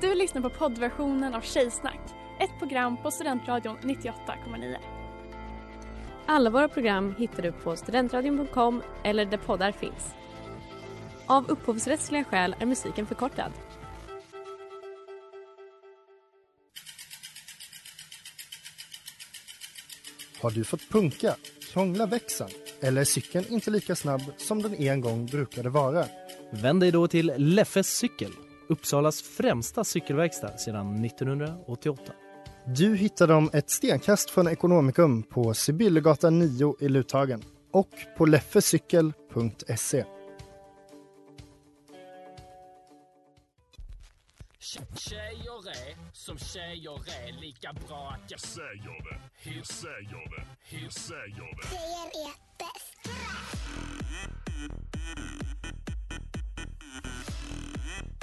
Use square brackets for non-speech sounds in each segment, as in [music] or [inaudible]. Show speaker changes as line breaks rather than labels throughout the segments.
Du lyssnar på poddversionen av Tjejsnack, ett program på Studentradion 98,9.
Alla våra program hittar du på studentradion.com eller där poddar finns. Av upphovsrättsliga skäl är musiken förkortad.
Har du fått punka, krångla växeln eller är cykeln inte lika snabb som den en gång brukade vara?
Vänd dig då till Leffes cykel, Uppsalas främsta cykelverkstad sedan 1988.
Du hittar dem ett stenkast från Ekonomikum på Sibyllegatan 9 i Luthagen och på leffecykel.se.
Tjejer är som tjejer är lika bra att jag säger det. Hur säger det? Hur säger det?
Tjejer är bäst.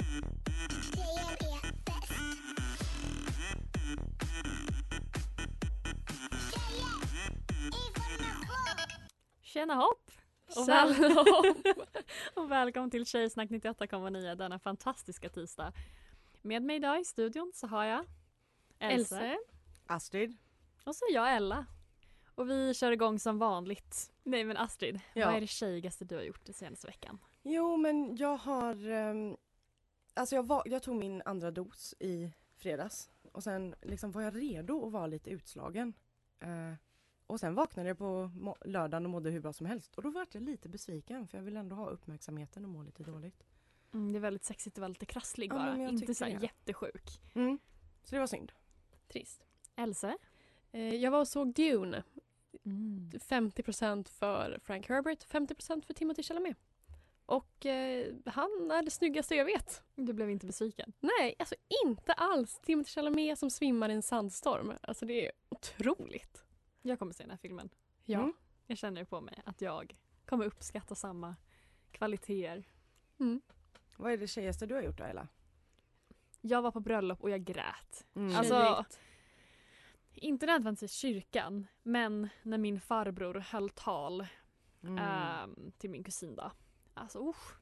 Tjejer är bäst. Tjejer, information.
Tjena hopp! Och,
Tja.
väl-
[laughs]
hopp. och välkommen till Tjejsnack 98,9 denna fantastiska tisdag. Med mig idag i studion så har jag Else,
Astrid.
och så är jag Ella. Och vi kör igång som vanligt. Nej men Astrid,
Ja.
vad är det tjejigaste du har gjort den senaste veckan?
Jo, men jag har... ehm, alltså jag, var, jag tog min andra dos i fredags och sen liksom var jag redo att vara lite utslagen. Eh, och sen vaknade jag på må- lördagen och mådde hur bra som helst och då var jag lite besviken för jag vill ändå ha uppmärksamheten och må lite dåligt.
Mm, det är väldigt sexigt att vara lite krasslig
Ja,
bara,
men jag
inte
tycker
så här
det.
jättesjuk.
Mm. Så det var synd.
Trist.
Else?
Eh, jag var och såg Dune.
Mm.
50% för Frank Herbert, 50% för Timothy Chalamet. Och eh, han är det snyggaste jag vet.
Du blev inte besviken?
Nej, alltså inte alls. Timothy Chalamet som svimmar i en sandstorm. Alltså det är otroligt.
Jag kommer se den här filmen.
Ja.
Mm.
Jag känner på mig att jag kommer uppskatta samma kvaliteter.
Vad är det tjejigaste du har gjort då Ella?
Jag var på bröllop och jag grät.
Mm.
Alltså, inte nödvändigtvis kyrkan, men när min farbror höll tal
Mm.
ehm, till min kusin då. Alltså usch.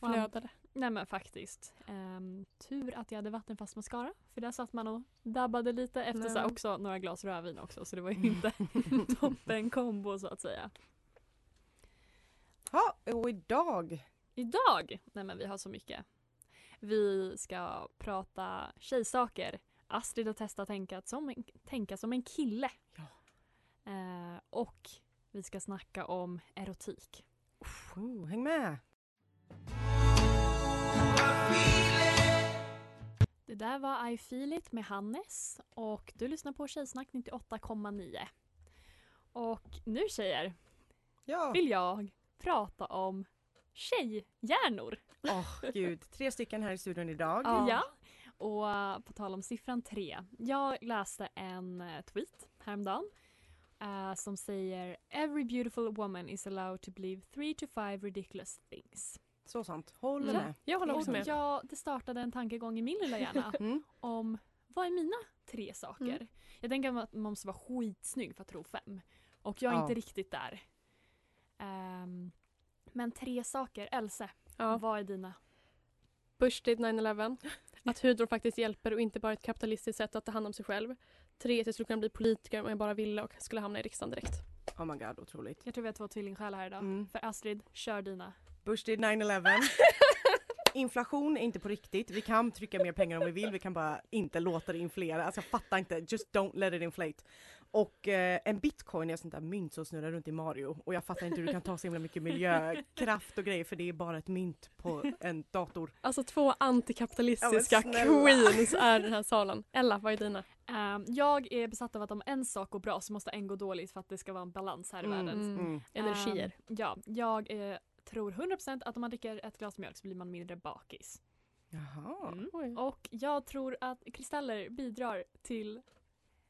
Och han-
Flödade.
Nej men faktiskt. Ehm, tur att jag hade vattenfast mascara för där satt man och dabbade lite efter
Nej.
så här, också några glas rödvin också så det var ju inte [laughs] toppen kombo så att säga.
Ja, och idag.
Idag, nej men vi har så mycket. Vi ska prata tjejsaker. Astrid har testat tänka som en, tänka som en kille.
Ja.
Eh, och vi ska snacka om erotik.
Oh, häng med!
Det där var I feel it med Hannes och du lyssnar på Tjejsnack 98,9. Och nu tjejer
Ja,
vill jag prata om tjejhjärnor.
åh gud. Tre stycken här i studion idag.
Ja. Och eh, på tal om siffran tre. Jag läste en eh, tweet häromdagen eh, som säger “Every beautiful woman is allowed to believe three to five ridiculous things”.
Så sant.
Ja,
Håller med.
jag håller också
Och
med.
jag, det startade en tankegång i min lilla hjärna
Mm.
om vad är mina tre saker?
Mm.
Jag tänker att man måste vara skitsnygg för att tro fem. Och jag är
Ja.
inte riktigt där. Ehm, men tre saker. Else,
Ja.
vad är dina?
Bursted [laughs] 9-11. Att hudvård faktiskt hjälper och inte bara ett kapitalistiskt sätt att ta hand om sig själv. Tre, att jag skulle kunna bli politiker om jag bara ville och skulle hamna i riksdagen [laughs] direkt.
Oh my god, otroligt.
Jag tror vi har två tvillingsjälar här idag.
Mm.
För Astrid, kör dina.
Bursted 9-11. Inflation är inte på riktigt. Vi kan trycka mer pengar om vi vill. Vi kan bara inte låta det inflera. Alltså jag fattar inte. Just don't let it inflate. Och eh, en bitcoin är sånt där mynt som snurrar runt i Mario. Och jag fattar inte hur du kan ta så himla mycket miljökraft och grejer för det är bara ett mynt på en dator.
Alltså två antikapitalistiska
Ja, men snälla.
queens är den här salen. Ella, vad är dina?
Ehm, jag är besatt av att om en sak går bra så måste en gå dåligt för att det ska vara en balans här i
Mm.
världen.
Mm.
Energier.
Ehm, ja, jag eh, tror 100% att om man dricker ett glas mjölk så blir man mindre bakis.
Jaha,
Oj.
Och jag tror att kristaller bidrar till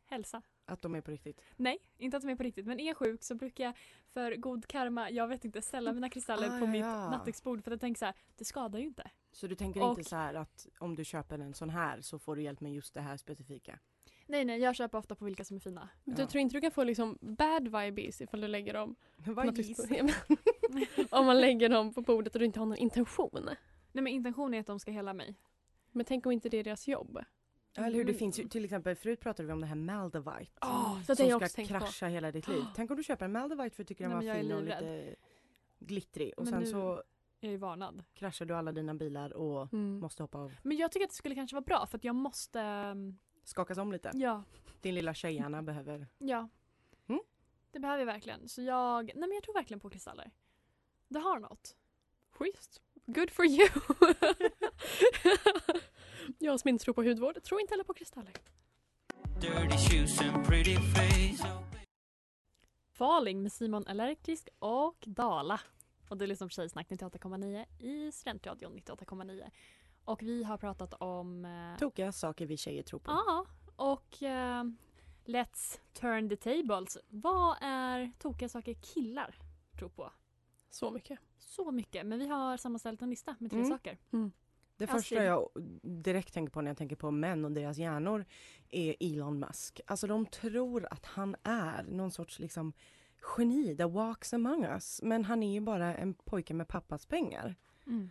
hälsa.
att de är på riktigt.
Nej, inte att de är på riktigt men är jag sjuk så brukar jag för god karma, jag vet inte, ställa mina kristaller
Ah,
på
ja,
mitt
ja.
nattduksbord för att jag tänker så här, det skadar ju inte.
Så du tänker
Och-
inte så här att om du köper en sån här så får du hjälp med just det här specifika?
Nej nej, jag köper ofta på vilka som är [laughs] fina.
Men Du
Ja.
tror inte du kan få liksom bad vibes ifall du lägger dem
Vad
Något
gissar
[laughs] expo- Om man lägger dem på bordet och du inte har någon intention.
Nej men intentionen är att de ska hela mig.
Men tänk om inte det är deras jobb.
Ja, eller hur? Det
Mm.
finns ju till exempel, förut pratade vi om det här Maldivite.
Oh, det har jag
som
också
ska
tänkt på.
krascha hela ditt liv. Tänk om du köper en Maldivite för att du tycker den
Nej,
var
men jag är
fin och
livrädd.
lite glittrig och
Men
sen
nu-
så
Jag är ju varnad.
kraschar du alla dina bilar och
Mm.
måste hoppa av.
Men jag tycker att det skulle kanske vara bra för att jag måste... ehm,
Skakas om lite.
Ja.
Din lilla tjejhjärna behöver.
Ja.
Mm.
Det behöver jag verkligen. Så jag, nej men jag tror verkligen på kristaller. Det har något.
Schysst. Good for you. [laughs] jag som inte tror på hudvård tror inte heller på kristaller.
Faling med Simon Allerkisk och Dala. Och du lyssnar på Tjejsnack 98,9 i Studentradion 98,9. Och vi har pratat om... eh,
Tokiga saker vi tjejer tror på.
Ja, och eh, Let's turn the tables. Vad är tokiga saker killar tror på?
Så mycket.
Så mycket, men vi har sammanställt en lista med tre
Mm.
saker.
Det
Astrid.
första jag direkt tänker på när jag tänker på män och deras hjärnor är Elon Musk. Alltså de tror att han är någon sorts liksom geni, the walks among us. Men han är ju bara en pojke med pappas pengar.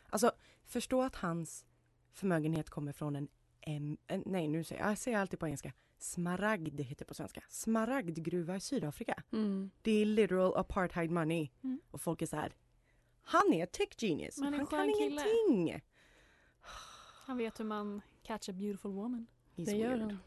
Alltså förstå att hans förmögenhet kommer från en, em- en nej nu säger jag, jag säger alltid på engelska, smaragd heter det på svenska, smaragdgruva i Sydafrika.
Mm.
Det är literal apartheid money.
Mm.
Och folk är så här, han är tech genius,
Men en
han
skön
kan
kille."
ingenting.
Han vet hur man catch a beautiful woman.
He's
Det gör
weird.
han.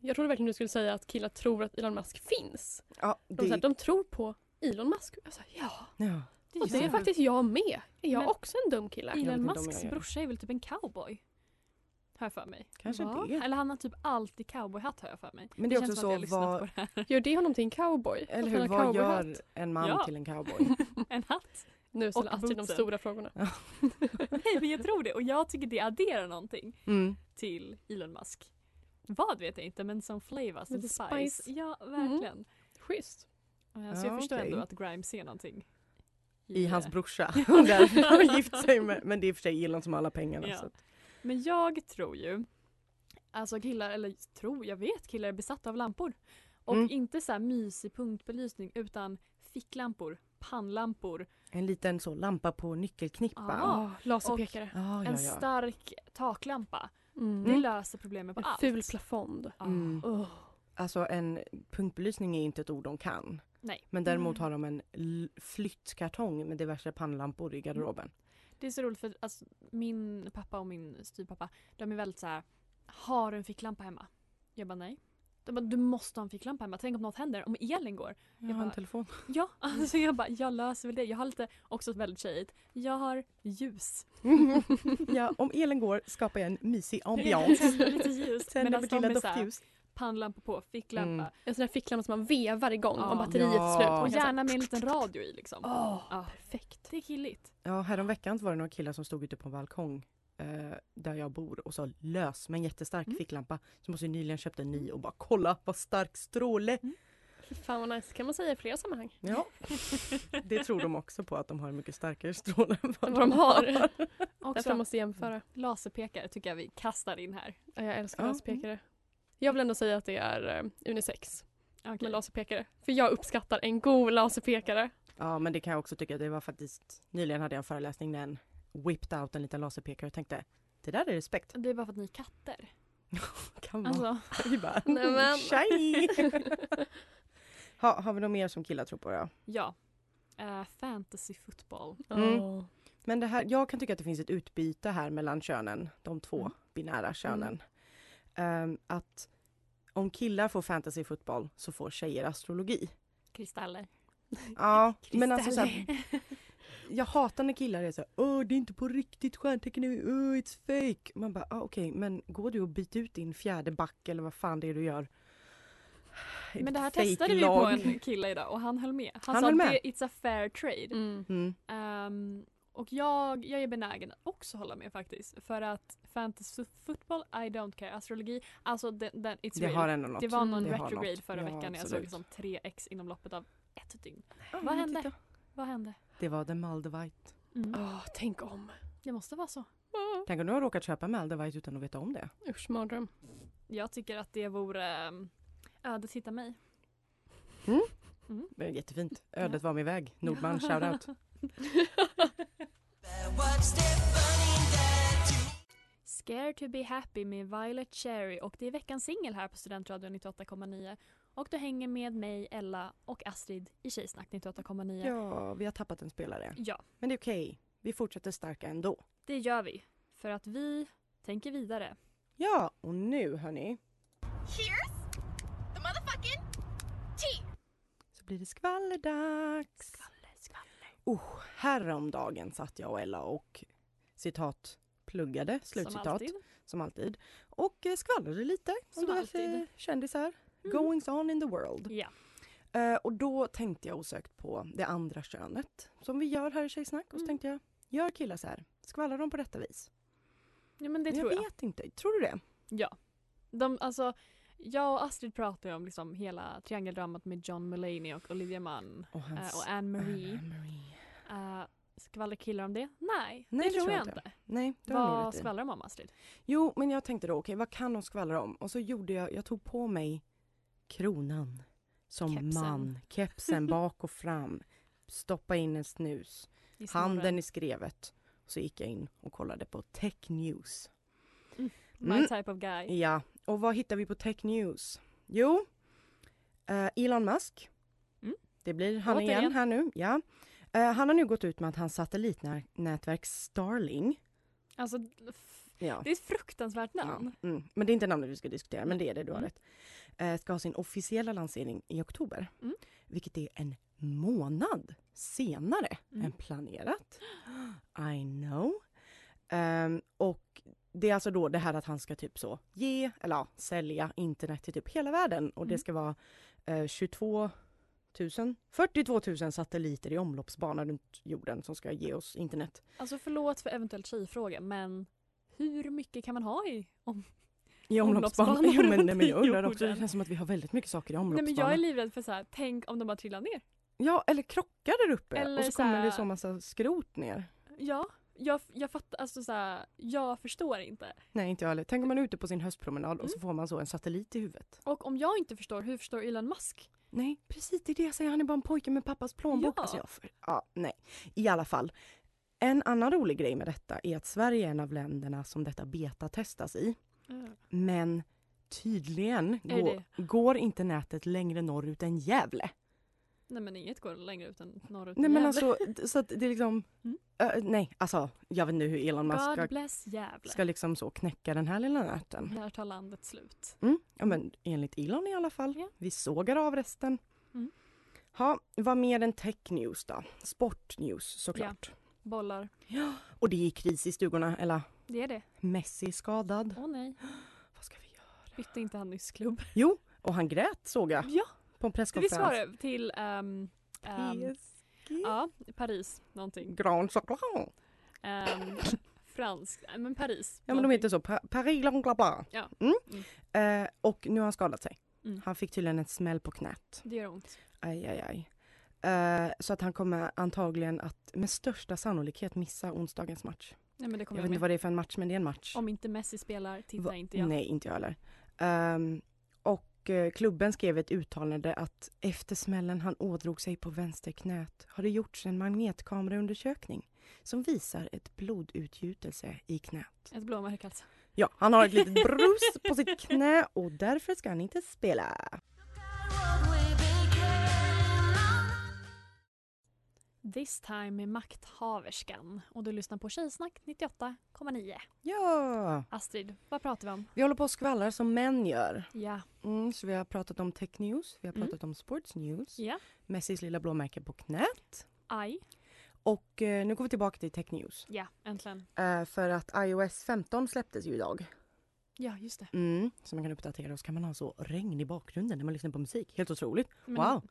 Jag trodde verkligen du skulle säga att killar tror att Elon Musk finns.
Ja,
De,
det,
så här, de tror på Elon Musk. Jag sa, ja,
ja.
Det
och det
ju-
är faktiskt jag med. Är jag
Men-
också en dum kille?
vet
Elon
inte om jag
Musks
gör det.
brorsa är väl typ en cowboy? Har jag för mig.
Kanske det.
Eller han har typ alltid cowboyhatt har jag för mig.
Men det är
känns
också
som att jag
så,
har lyssnat
vad-
på det här. [laughs]
Gör det honom till en cowboy?
Eller
Att
hur,
han har
vad gör
cowboyhatt?
en man
Ja.
till
[laughs]
en cowboy?
En hatt.
Nu ställer
Och
Astrid de
bootsen.
stora frågorna. [laughs]
Nej men jag tror det och jag tycker det adderar någonting
Mm.
till Elon Musk. Vad vet jag inte men som flavor, som
Lite
spice.
spice.
Ja verkligen.
Schysst.
Eh, Så jag
Mm. Ja,
förstår
okej.
ändå att Grimes ser någonting.
I hans
det. [laughs]
brorsa. Och därför har han gift sig med, men det är i och för sig Elon som har alla pengarna.
Ja.
Så. att-
Men jag tror ju, alltså killar, eller tror, jag vet killar är besatta av lampor. Och
Mm.
inte så här mysig punktbelysning utan ficklampor, pannlampor,
En liten så lampa på nyckelknippa.
Ja.
Ah, laserpekare.
Ja, ja,
en
ja.
stark taklampa.
Mm.
Det löser problemet på
En
allt.
ful plafond.
Ja.
Mm.
Oh.
Alltså en punktbelysning är inte ett ord de kan.
Nej.
Men däremot
Mm.
har de en l- flyttkartong med diverse pannlampor i garderoben.
Det är så roligt för alltså, min pappa och min styvpappa de är väldigt så här. har du en ficklampa hemma? Jag bara nej. De bara, du måste ha en ficklampa hemma, tänk om något händer, om elen går.
Jag
har en
telefon.
[laughs] Ja, alltså jag bara, jag löser väl det. Jag har lite, också väldigt tjejigt, jag har ljus.
[laughs] ja, om elen går skapar jag en mysig ambiance.
[laughs] lite ljus.
Tänder
Medan
vårt
de
lilla
är såhär,
doftljus.
pannlampa på, ficklampa.
Mm.
En sån här ficklampa som man vevar igång
Ja.
om batteriet är
Ja.
slut. Man
Och
kan så här-
gärna med en liten radio i liksom.
Åh,
Ja.
perfekt.
Det är killigt.
Ja, häromveckan så var det några killar som stod ute på en balkong eh, där jag bor och sa lös med en jättestark
Mm.
ficklampa. Som måste nyligen köpt en ny och bara kolla vad stark stråle.
Fy Fan vad nice. kan man säga i flera sammanhang.
Ja, det tror de också på att de har en mycket starkare stråle än
Än vad de har. [laughs] Därför
Också
måste jag jämföra.
laserpekare tycker jag vi kastar in här.
Ja, jag älskar
Ja.
laserpekare. Jag vill ändå säga att det är eh, unisex
Okej.
med laserpekare. För jag uppskattar en god [laughs] laserpekare.
Ja, men det kan jag också tycka. Det var faktiskt, nyligen hade jag en föreläsning där en whipped out en liten laserpekare och tänkte det där är respekt.
Det är bara för att ni är katter.
Kan man.
Alltså,
[laughs] Vi bara,
Nej, men.
tjej!
[laughs]
Mm.
ha, har vi något mer som killar tror på då?
ja. Eh, fantasy football.
Mm.
Åh.
Men det här, jag kan tycka att det finns ett utbyte här mellan könen, de två
Mm.
binära könen. Ehm, att om killar får fantasy fotboll så får tjejer astrologi.
Kristaller.
Ja, men alltså så här, jag hatar när killar är så här, åh det är inte på riktigt stjärntecken nu, åh it's fake. Man bara, ah, okej men går du och byter ut din fjärde back eller vad fan det är du gör?
[laughs] Men det här
Fake
testade vi på
lag.
en kille idag och han höll med. Han,
Han
sa
höll
att
med.
det- it's a fair trade.
Mm.
Mm.
Ehm, och jag, jag är benägen att också hålla med faktiskt. För att fantasy football, I don't care. Astrologi, alltså den, den, it's
Det
real.
har ändå något.
det var någon
Det har
retrograde
något.
förra
Ja,
veckan när jag såg
absolut.
liksom 3x inom loppet av ett dygn.
Ja,
Vad
men
hände?
titta.
Vad hände?
Det var The Maldivite.
Mm.
Åh, tänk om.
Det måste vara så.
Oh.
Tänk om du har råkat köpa Maldivite utan att veta om det.
Usch, mardröm.
Jag tycker att det vore um, ödet hitta mig. Mm.
Men Jättefint. Ödet var min väg.
[laughs]
Nordman, shoutout.
Ska Scared to be happy med Violet Cherry och det är veckans singel här på Studentradion 98,9. Och du hänger med mig, Ella och Astrid i Tjejsnack 98,9.
Ja, vi har tappat en spelare.
ja,
Men det är okej. Vi fortsätter starka ändå.
det gör vi. För att vi tänker vidare.
Ja, och nu hörni
Here's the motherfucking tea.
så blir det skvallerdags. Oh, häromdagen satt jag och Ella och citat pluggade, slutcitat,
Som alltid.
som alltid. Och eh, skvallrade lite
Som
om diverse
alltid.
eh, kändisar.
Mm.
Goings on in the world.
Ja.
Eh, och då tänkte jag osökt på det andra könet som vi gör här i Tjejsnack. Och så
Mm.
tänkte jag, gör killar så här? Skvallrar de på detta vis?
ja, men det
Men
tror jag.
vet inte. Tror du det?
Ja. De, alltså, jag och Astrid pratade ju om liksom hela triangeldramat med John Mulaney och Olivia Munn
Och
eh,
hans-
och Anne Marie.
Marie.
Uh, skvallerkillar om det? Nej,
Nej,
det tror jag inte.
Nej, det har du nog
Vad
rätt i.
skvallrar de om Astrid?
Jo, men jag tänkte då, okej, vad kan de skvallra om? Och så gjorde jag, jag tog på mig kronan som
Kepsen.
man, kepsen bak och fram, stoppa in en snus,
I snorren.
handen i skrevet. Så gick jag in och kollade på Tech News.
My
Mm.
type of guy.
Ja, och vad hittar vi på Tech News? Jo, eh, Elon Musk.
Mm.
Det blir han
Återigen.
igen här nu. Ja. Eh, han har nu gått ut med att hans satellitnätverk Starling.
Alltså, f-
Ja.
det är ett fruktansvärt namn.
Ja, mm. Men det är inte namnet vi ska diskutera, men det är det du har
Mm.
rätt. Eh, ska ha sin officiella lansering i oktober,
Mm.
vilket är en månad senare
Mm.
än planerat. [gasps] I know. Ehm, och det är alltså då det här att han ska typ så ge, eller ja, sälja internet till typ hela världen och
Mm.
det ska vara eh, 22 000, 42 000 satelliter i omloppsbana runt jorden som ska ge oss internet.
Alltså förlåt för eventuellt tjejfråga men hur mycket kan man ha i? Om...
I
Omloppsbana
omloppsbana? Jo, men,
runt
nej, men
[laughs]
jag undrar också, det
jorden.
känns som att vi har väldigt mycket saker i
Nej
omloppsbana.
men jag är livrädd för så här, tänk om de bara trillar ner.
Ja, eller krockar där uppe
Eller
och så
så här-
kommer det så massa skrot ner.
Ja, jag, jag fattar, alltså så här, jag förstår inte.
Nej, inte jag heller. Tänk om man är ute på sin höstpromenad och
Mm.
så får man så en satellit i huvudet.
Och om jag inte förstår, hur förstår Elon Musk?
Nej, precis det är det jag säger. Han är bara en pojke med pappas plånbok.
Ja.
Alltså, jag för... ja, nej. I alla fall. En annan rolig grej med detta är att Sverige är en av länderna som detta beta-testas i. Mm. Men tydligen
Är
går, går inte nätet längre norrut än Gävle.
Nej men inget går längre ut än norrut.
Nej
än
men
Gävle.
alltså, d- så att det är liksom...
Mm.
Ö, nej, alltså jag vet inte hur Elon Musk ska,
God bless Gävle.
ska liksom så knäcka den här lilla nöten.
När tar landet slut?
Mm. Ja, men enligt Elon i alla fall.
Ja.
Vi sågar av resten.
Mm.
Ha, vad mer än tech news då? Sport news såklart.
Bollar.
Och det är kris i stugorna, eller
Det är det.
Messi är skadad.
Åh nej.
Vad ska vi göra?
Bytte inte han nyss klubb?
Jo, och han grät såg
[laughs]
jag
Ja,
på en
ska vi
presskonferens.
svara till ehm, ehm,
PSG?
ja, Paris någonting.
Grand Chocolat.
Ehm, [laughs] fransk, nej, men Paris.
Ja men de heter så, Pa- Paris Grand bla bla.
Ja.
Mm. Eh, och nu har han skadat sig.
Mm.
Han fick tydligen en smäll på knät.
Det gör ont.
Aj, aj, aj. Eh, så att han kommer antagligen att med största sannolikhet missa onsdagens match.
Nej men det kommer
Jag
jag
vet inte
med.
vad det är för en match, men det är en match.
Om inte Messi spelar tittar
Va-
inte jag.
Nej, inte jag heller. Ehm, och eh, klubben skrev ett uttalande att efter smällen han ådrog sig på vänster knät har det gjorts en magnetkameraundersökning som visar ett blodutgjutelse i knät.
Ett blåmärke alltså.
Ja, han har ett litet brus
[laughs]
på sitt knä och därför ska han inte spela.
This time med makthaverskan. Och du lyssnar på Tjejsnack 98,9.
Ja,
Astrid, vad pratar vi om?
vi håller på och skvallrar som män gör.
Ja.
Mm, så vi har pratat om tech news, vi har pratat om sports news,
Ja.
Messis lilla blåmärke på knät
Aj.
och eh, nu går vi tillbaka till tech news.
Ja, äntligen.
Eh, för att iOS 15 släpptes ju idag.
Ja, just det.
Mm. Så man kan uppdatera och så kan man ha så regn i bakgrunden när man lyssnar på musik. Helt otroligt.
Men-
wow!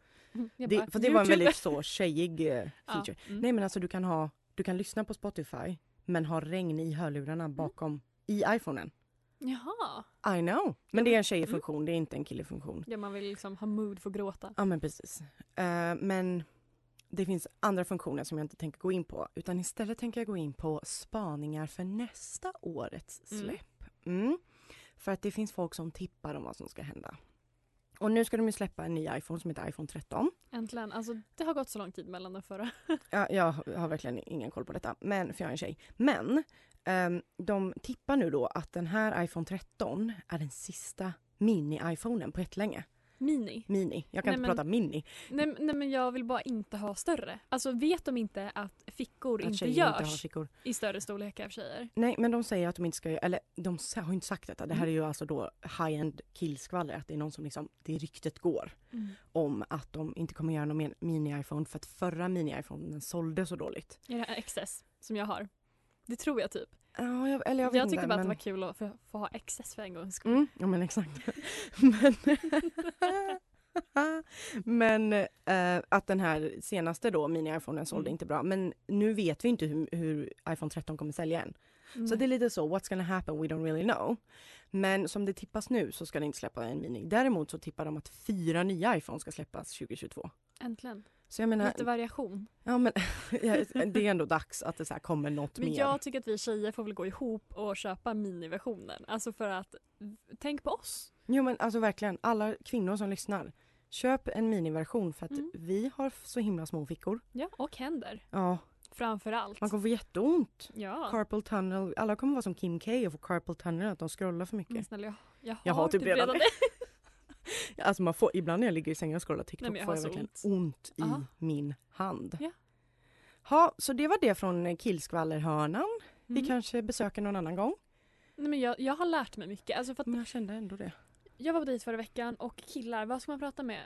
Jag bara,
det, för det var en
YouTube.
väldigt så tjejig [laughs] eh, feature.
[laughs] Ja, mm.
Nej men alltså du kan ha, du kan lyssna på Spotify men ha regn i hörlurarna bakom, i iPhonen.
Jaha.
I know! Men det är en tjejig funktion, det är inte en killfunktion.
Ja, man vill liksom ha mood för att gråta.
Ja men precis. Eh, men det finns andra funktioner som jag inte tänker gå in på utan istället tänker jag gå in på spaningar för nästa årets
Mm.
släpp. Mm. För att det finns folk som tippar om vad som ska hända. Och nu ska de ju släppa en ny iPhone som heter iPhone 13.
Äntligen. Alltså, det har gått så lång tid mellan den förra. [laughs]
Ja, jag har verkligen ingen koll på detta, men för jag är en tjej. Men Ehm, de tippar nu då att den här iPhone 13 är den sista mini-iPhonen på jättelänge.
Mini.
Mini, jag kan
Nej,
inte
men-
prata mini.
Nej, men- nej men jag vill bara inte ha större. Alltså vet de inte att fickor
Att
inte
tjejer
görs
inte har fickor.
i större storlekar av tjejer?
Nej, men de säger att de inte ska, göra- eller de sa- har inte sagt detta. Det här är ju alltså då high-end killskvaller, att det är någon som liksom, det ryktet går
Mm.
om att de inte kommer göra någon mer mini-iPhone för att förra mini-iPhonen sålde så dåligt.
Är det här XS som jag har? Det tror jag typ.
Ja, jag, eller jag
Jag,
vet
tyckte
inte,
bara att
men...
det var kul att få, få ha XS för en gångs skull.
Mm, ja men exakt. men [laughs] men eh, att den här senaste då, mini-iPhonen sålde
Mm.
inte bra. Men nu vet vi inte hur, hur iPhone 13 kommer sälja än. [laughs] Så
Mm.
det är lite så, what's gonna happen, we don't really know. Men som det tippas nu så ska det inte släppa en mini. Däremot så tippar de att fyra nya iPhone ska släppas 2022.
Äntligen.
Så jag menar,
Lite variation.
ja, men, [laughs] det är ändå dags att det så här kommer något
Men
mer.
jag tycker att vi tjejer får väl gå ihop och köpa miniversionen. Alltså för att, tänk på oss.
Jo men alltså verkligen, alla kvinnor som lyssnar. Köp en miniversion för att
Mm.
vi har f- så himla små fickor.
Ja, och händer.
Ja,
Framför allt.
man kommer få jätteont.
Ja.
Carpal tunnel, alla kommer vara som Kim K och få carpal tunnel att de scrollar för mycket.
Men snälla, jag, jag har,
Jag har typ redan
det.
Alltså man får, ibland när jag ligger i sängen och scrollar TikTok
Nej, men jag
får
har
jag
så
verkligen ont,
ont.
i
Ja.
min hand.
Ja.
Ha, så det var det från killskvallerhörnan.
Mm.
Vi kanske besöker någon annan gång.
Nej, men jag, jag har lärt mig mycket. Alltså för att
Men jag kände ändå det.
jag var på dejt förra veckan och killar, vad ska man prata med?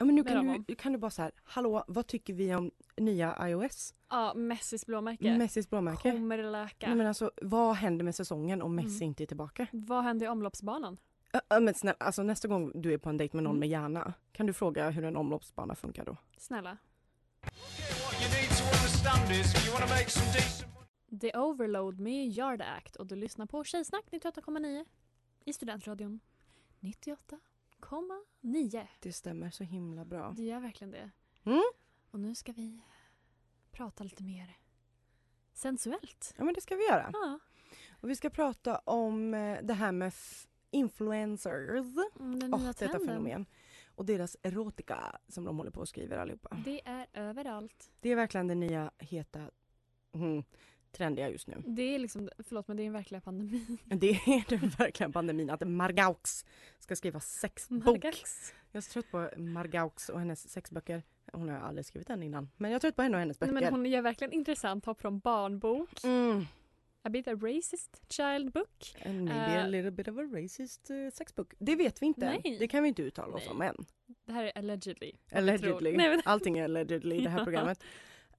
Ja, men nu
Med
kan
dem.
du, kan du bara så här, hallå vad tycker vi om nya iOS?
Ja, Messis blåmärke.
Messis blåmärke.
Kommer det läka?
Nej, men alltså, vad händer med säsongen om Messi
Mm.
inte är tillbaka?
Vad händer i omloppsbanan?
Ö, ö, men snälla, alltså, nästa gång du är på en dejt med någon
Mm.
med hjärna, kan du fråga hur en omloppsbana funkar då?
Snälla.
What you need to understand is if you want to make some decent
The Overload med Gör det Act och du lyssnar på Tjejsnack 98,9 i Studentradion 98,9.
Det stämmer så himla bra.
Det gör verkligen det.
Mm.
Och nu ska vi prata lite mer sensuellt.
Ja men det ska vi göra.
Ja,
Och vi ska prata om eh, det här med f- influencers
mm, den
och
nya
detta
trenden.
fenomen. Och deras erotika som de håller på och skriver allihopa.
Det är överallt.
Det är verkligen den nya heta mm, trendiga just
[laughs]
nu.
Det är liksom, förlåt men det är en verkliga pandemi.
Det är den verkligen pandemin att Margaux ska skriva sexbok.
Margax.
Jag är så trött på Margaux och hennes sexböcker. Hon har aldrig skrivit en innan. Men jag är trött på henne och hennes
Nej,
böcker.
men hon gör verkligen intressant hopp från barnbok,
Mm.
a bit of racist child book.
And maybe a
Eh,
little bit of a racist eh, sexbook. Det vet vi inte.
Nej.
Det kan vi inte uttala oss
Nej.
om än.
Det här är allegedly.
Allegedly.
tror. Nej, men-
Allting är allegedly i det
[laughs]
här
Ja.
programmet.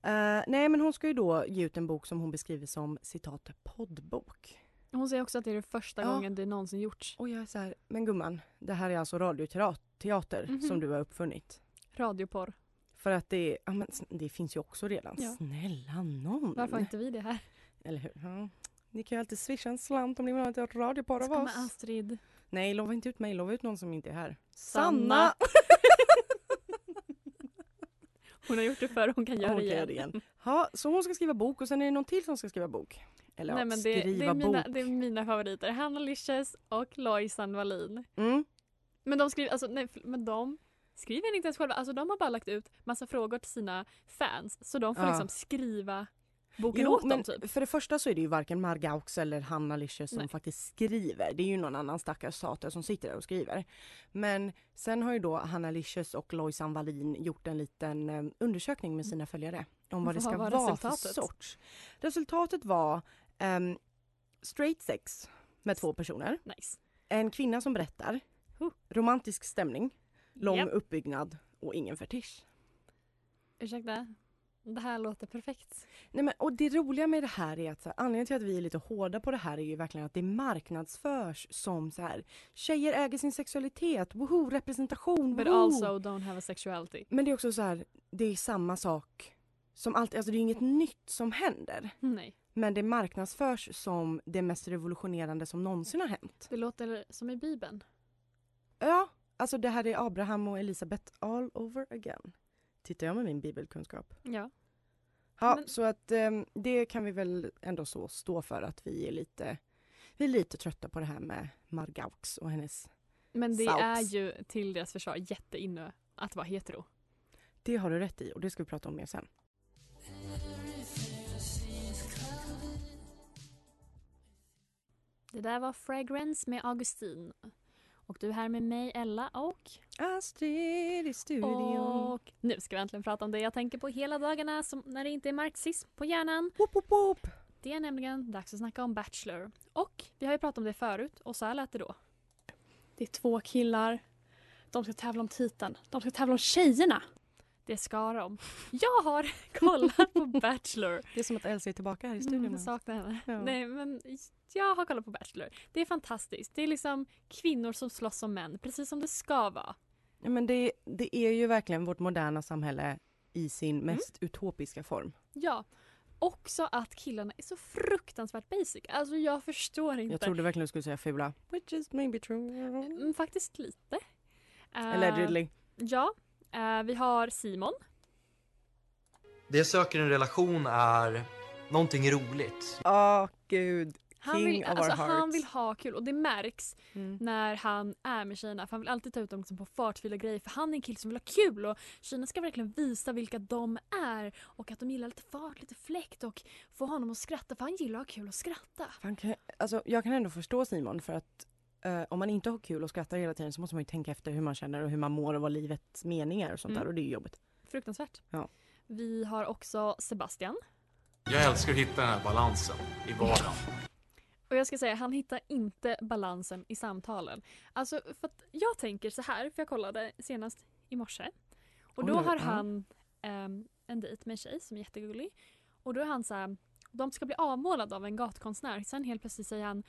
Eh, nej men hon ska ju då ge ut en bok som hon beskriver som citat poddbok.
Hon säger också att det är det första
Ja.
gången det någonsin gjorts.
Och jag är så här, men gumman, det här är alltså radioteater
Mhm.
som du har uppfunnit.
Radioporr.
För att det, ja, men, sn- det finns ju också redan.
Ja.
Snälla någon.
Varför har inte vi det här?
Eller hur? Ja. Ni kan ju alltid swisha en slant om ni vill ha ett radiopar av
Så kommer
oss.
Astrid.
Nej, lova inte ut mig. Lova ut någon som inte är här.
Sanna. Hon har gjort det förr, hon kan göra
hon
det
kan
igen.
göra det igen. Ha, så hon ska skriva bok och sen är det någon till som ska skriva bok. Eller
Nej,
ja,
men det,
skriva
det, är mina,
bok.
det är mina favoriter. Hanna Licious och Lojsan Wallin.
Mm.
Men de skriver, alltså, nej, förl- men de skriver inte ens själva. Alltså, de har bara lagt ut massa frågor till sina fans så de får
Ja.
liksom skriva boken
Jo,
åt
men
dem typ.
för det första så är det ju varken Margaux eller Hanna Licious som
Nej.
faktiskt skriver. Det är ju någon annan stackars sater som sitter där och skriver. Men sen har ju då Hanna Licious och Lojsan Wallin gjort en liten eh, undersökning med sina följare om vad det ska
Mm. Vad var
vara för
resultatet?
sorts. Resultatet var ehm, straight sex med två personer.
Nice.
En kvinna som berättar.
Huh.
Romantisk stämning. Lång
Japp.
uppbyggnad och ingen fetisch.
Ursäkta, det här låter perfekt.
Nej, men, och det roliga med det här är att så här, anledningen till att vi är lite hårda på det här är ju verkligen att det marknadsförs som så här tjejer äger sin sexualitet, woho, representation,
But
woho.
also don't have a sexuality.
Men det är också så här, det är samma sak som alltid, alltså det är inget nytt som händer.
Nej,
Men det marknadsförs som det mest revolutionerande som någonsin har hänt.
det låter som i Bibeln.
Ja, alltså det här är Abraham och Elisabeth all over again. Tittar jag med min bibelkunskap.
Ja.
Ja,
Men-
så att ehm, det kan vi väl ändå så stå för att vi är lite, vi är lite trötta på det här med Margaux och hennes.
Men det
Saups.
är ju till deras försvar jätteinne att vara hetero.
Det har du rätt i och det ska vi prata om mer sen.
Det där var Fragrance med Augustin. Och du är här med mig, Ella och...
Astrid i studion.
Och nu ska vi äntligen prata om det jag tänker på hela dagarna som när det inte är marxism på hjärnan.
Whoop, whoop, whoop.
Det är nämligen dags att snacka om Bachelor. Och vi har ju pratat om det förut och så här lät det då.
Det är två killar. De ska tävla om titeln. De ska tävla om tjejerna.
Det ska de. Jag har [laughs] kollat på Bachelor.
Det är som att Elsa är tillbaka här i studion.
Mm, jag saknar henne.
Ja.
Nej, men jag har kollat på Bachelor. Det är fantastiskt. Det är liksom kvinnor som slåss som män, precis som det ska vara.
Ja, Men det, det är ju verkligen vårt moderna samhälle i sin mest utopiska form.
Ja. Också att killarna är så fruktansvärt basic. Alltså jag förstår inte.
Jag trodde verkligen du skulle säga fula. Which is maybe true. Ah.
Mm, Faktiskt lite. Eh,
Allegedly.
Ja. Eh, vi har Simon.
Det jag söker i en relation är någonting roligt.
Åh gud.
Han
King
vill,
of our
alltså, han
hearts.
vill ha kul och det märks
Mm.
när han är med tjejerna. För han vill alltid ta ut dem liksom på fartfyllda grejer för han är en kille som vill ha kul och tjejerna ska verkligen visa vilka de är och att de gillar lite fart, lite fläkt och få honom att skratta för han gillar att ha kul och skratta.
Fan, kan, alltså, jag kan ändå förstå Simon för att eh, om man inte har kul och skrattar hela tiden så måste man ju tänka efter hur man känner och hur man mår och vad livets mening är och sånt
Mm.
där och det är ju jobbigt.
Fruktansvärt.
Ja.
Vi har också Sebastian.
Jag älskar att hitta den här balansen i vardagen.
Och jag ska säga, han hittar inte balansen i samtalen. Alltså, för att jag tänker så här, för jag kollade senast i morse. Och då
Oj,
har
ja.
han ehm, en dejt med en tjej som är jättegullig. Och då är han så här, de ska bli avmålade av en gatkonstnär. Sen helt plötsligt säger han,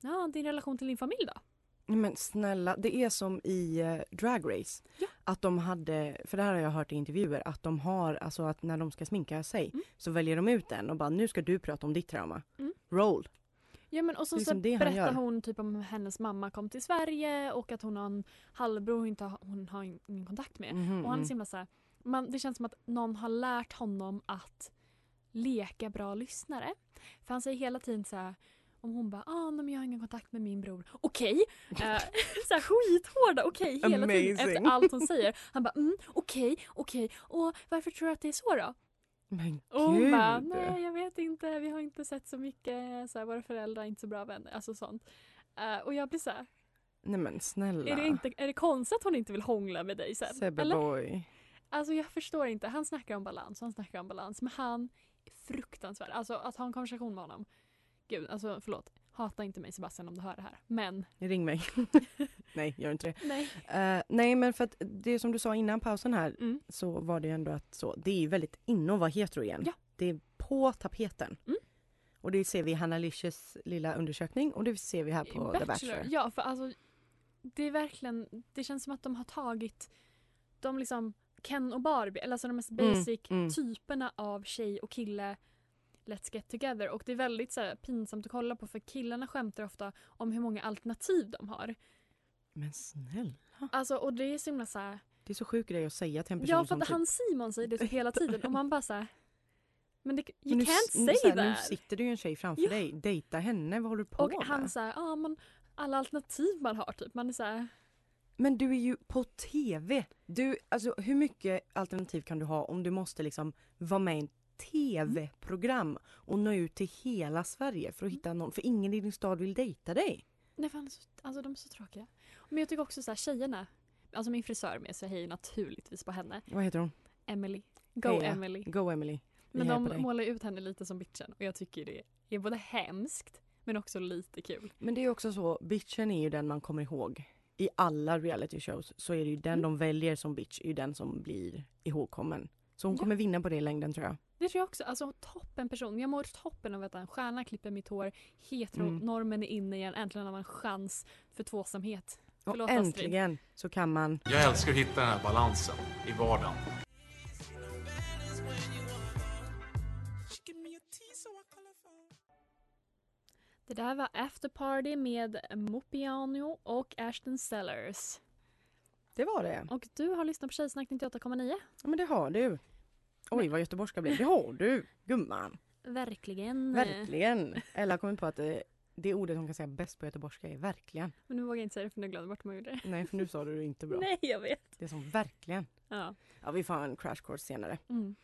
ja din relation till din familj då?
Nej, Men snälla, det är som i eh, Drag Race.
Ja.
Att de hade, för det här har jag hört i intervjuer, att de har, alltså att när de ska sminka sig
Mm.
så väljer de ut en och bara nu ska du prata om ditt trauma.
Mm.
Roll.
Ja men och så,
Det är
så
som det han
berättar
gör.
hon typ om hur hennes mamma kom till Sverige och att hon har en halvbror hon inte har, hon har ingen kontakt med.
Mhm,
Och han är
mm.
så himla så här, man, det känns som att någon har lärt honom att leka bra lyssnare. För han säger hela tiden så här, om hon bara ah, nej, men jag har ingen kontakt med min bror. Okej! Okay. [laughs] så här skithårda okej hela tiden efter
Amazing.
allt hon
[laughs]
säger. Han bara mm, okej, okej. Och varför tror du att det är så då?
Men
Och hon
gud.
bara, nej jag vet inte, vi har inte sett så mycket, så här, våra föräldrar är inte så bra vänner, alltså sånt. Eh, och jag blir så här,
Nej men snälla.
är det, inte, är det konstigt att hon inte vill hångla med dig sen?
Sebbe
Eller?
boy.
Alltså jag förstår inte, han snackar om balans och han snackar om balans, men han är fruktansvärd. Alltså att ha en konversation med honom, gud alltså förlåt, hata inte mig Sebastian om du hör det här, men [laughs]
Ring mig. nej, gör inte det.
nej.
Eh, nej men för att det som du sa innan pausen här
Mm.
så var det ju ändå att så, det är ju väldigt inne att vara hetero igen.
Ja.
Det är på tapeten.
Mm.
Och det ser vi i Hanna Lysches lilla undersökning och det ser vi här på The Bachelor.
Ja, för alltså det är verkligen, det känns som att de har tagit de liksom Ken och Barbie, eller alltså de mest
Mm,
basic
mm.
typerna av tjej och kille Let's get together och det är väldigt så här, pinsamt att kolla på för killarna skämtar ofta om hur många alternativ de har.
Men snäll.
Alltså och det är så himla så här,
Det är så sjuk grej att säga till en person
Ja för
som typ
att han Simon säger det typ hela tiden och man bara såhär Men det, you
Men nu,
can't
nu, så
say
här, nu
that!
sitter det ju en tjej framför
Ja.
dig, dejta henne, vad håller du på
Och
med?
han såhär, ja men alla alternativ man har typ, man är såhär
Men du är ju på TV! Du, alltså hur mycket alternativ kan du ha om du måste liksom vara med i ett TV-program och nå ut till hela Sverige
Mm.
för att hitta någon, för ingen i din stad vill dejta dig.
Nej för han är så, alltså de är så tråkiga. Men jag tycker också såhär tjejerna, alltså min frisör med så jag hejar naturligtvis på henne.
Vad heter hon?
Emily. Go
Heja.
Emily.
Go Emily. Vi
Men
hejar på
de
dig.
målar ju ut henne lite som bitchen och jag tycker det är både hemskt men också lite kul.
Men det är också så, bitchen är ju den man kommer ihåg. I alla reality shows så är det ju den
Mm.
de väljer som bitch, är ju den som blir ihågkommen. Så hon
Ja.
kommer vinna på det i längden tror jag.
Det tror jag också, alltså toppen person. Jag mår toppen av att en stjärna klipper mitt hår, heteronormen är inne igen, äntligen har man en chans för tvåsamhet.
Och
Förlåt, Astrid.
äntligen så kan man
Jag älskar att hitta den här balansen i vardagen.
Det där var After Party med Mopiano och Ashton Sellers.
Det var det.
Och du har lyssnat på Tjejsnack 98,9.
Ja, men det har du. Oj vad göteborgska blev. Det har du gumman.
Verkligen.
Verkligen. Ella kom på att det, det ordet hon kan säga bäst på göteborgska är verkligen.
Men nu vågar jag inte säga det för nu glömde jag bort hur man gjorde det.
Nej för nu sa du det inte
[laughs]
bra.
Nej, jag vet.
Det är som verkligen.
Ja.
Ja vi får ha en crash course senare.
Mm.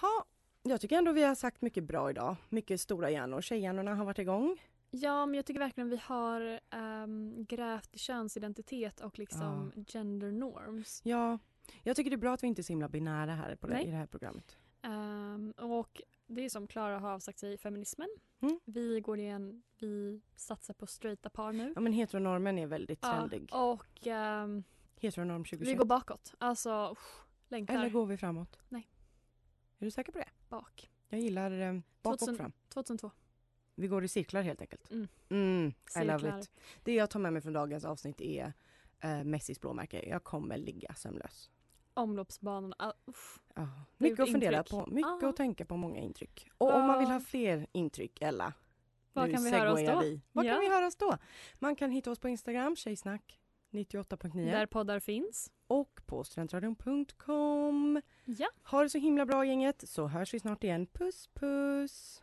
Ha, jag tycker ändå vi har sagt mycket bra idag. Mycket stora hjärnor. Tjejhjärnorna har varit igång.
Ja, men jag tycker verkligen vi har ehm, grävt i könsidentitet och liksom gender norms.
Ja, jag tycker det är bra att vi inte är så himla binära här på det,
Nej.
i det här programmet.
Ehm, och det är som Klara har avsagt sig, feminismen.
Mm.
Vi går igen, vi satsar på straighta par nu.
Ja men heteronormen är väldigt trendig.
Ja, och ehm,
Heteronorm 2021.
vi går bakåt. Alltså, uff, längtar
Eller går vi framåt?
Nej.
Är du säker på det?
bak.
Jag gillar eh, bak och
2000
fram.
2002.
Vi går i cirklar helt enkelt.
Mm.
Mm, I love
Cirklar.
it. Det jag tar med mig från dagens avsnitt är eh, Messis blåmärke. Jag kommer ligga sömnlös.
Omloppsbanan. ah, uff.
Ja,
Det
Mycket att
gjorde
fundera
intryck.
på, mycket
Ja.
att tänka på, många intryck. Och om man vill ha
Vad-
fler intryck, Ella,
Vad
nu
kan vi höra oss
segwayar
då?
vi. Vad
Ja.
kan vi höra oss då? Man kan hitta oss på Instagram, tjejsnack 98.9
Där poddar finns.
och på studentradion.com.
Ja.
Ha det så himla bra gänget, så hörs vi snart igen. Puss puss!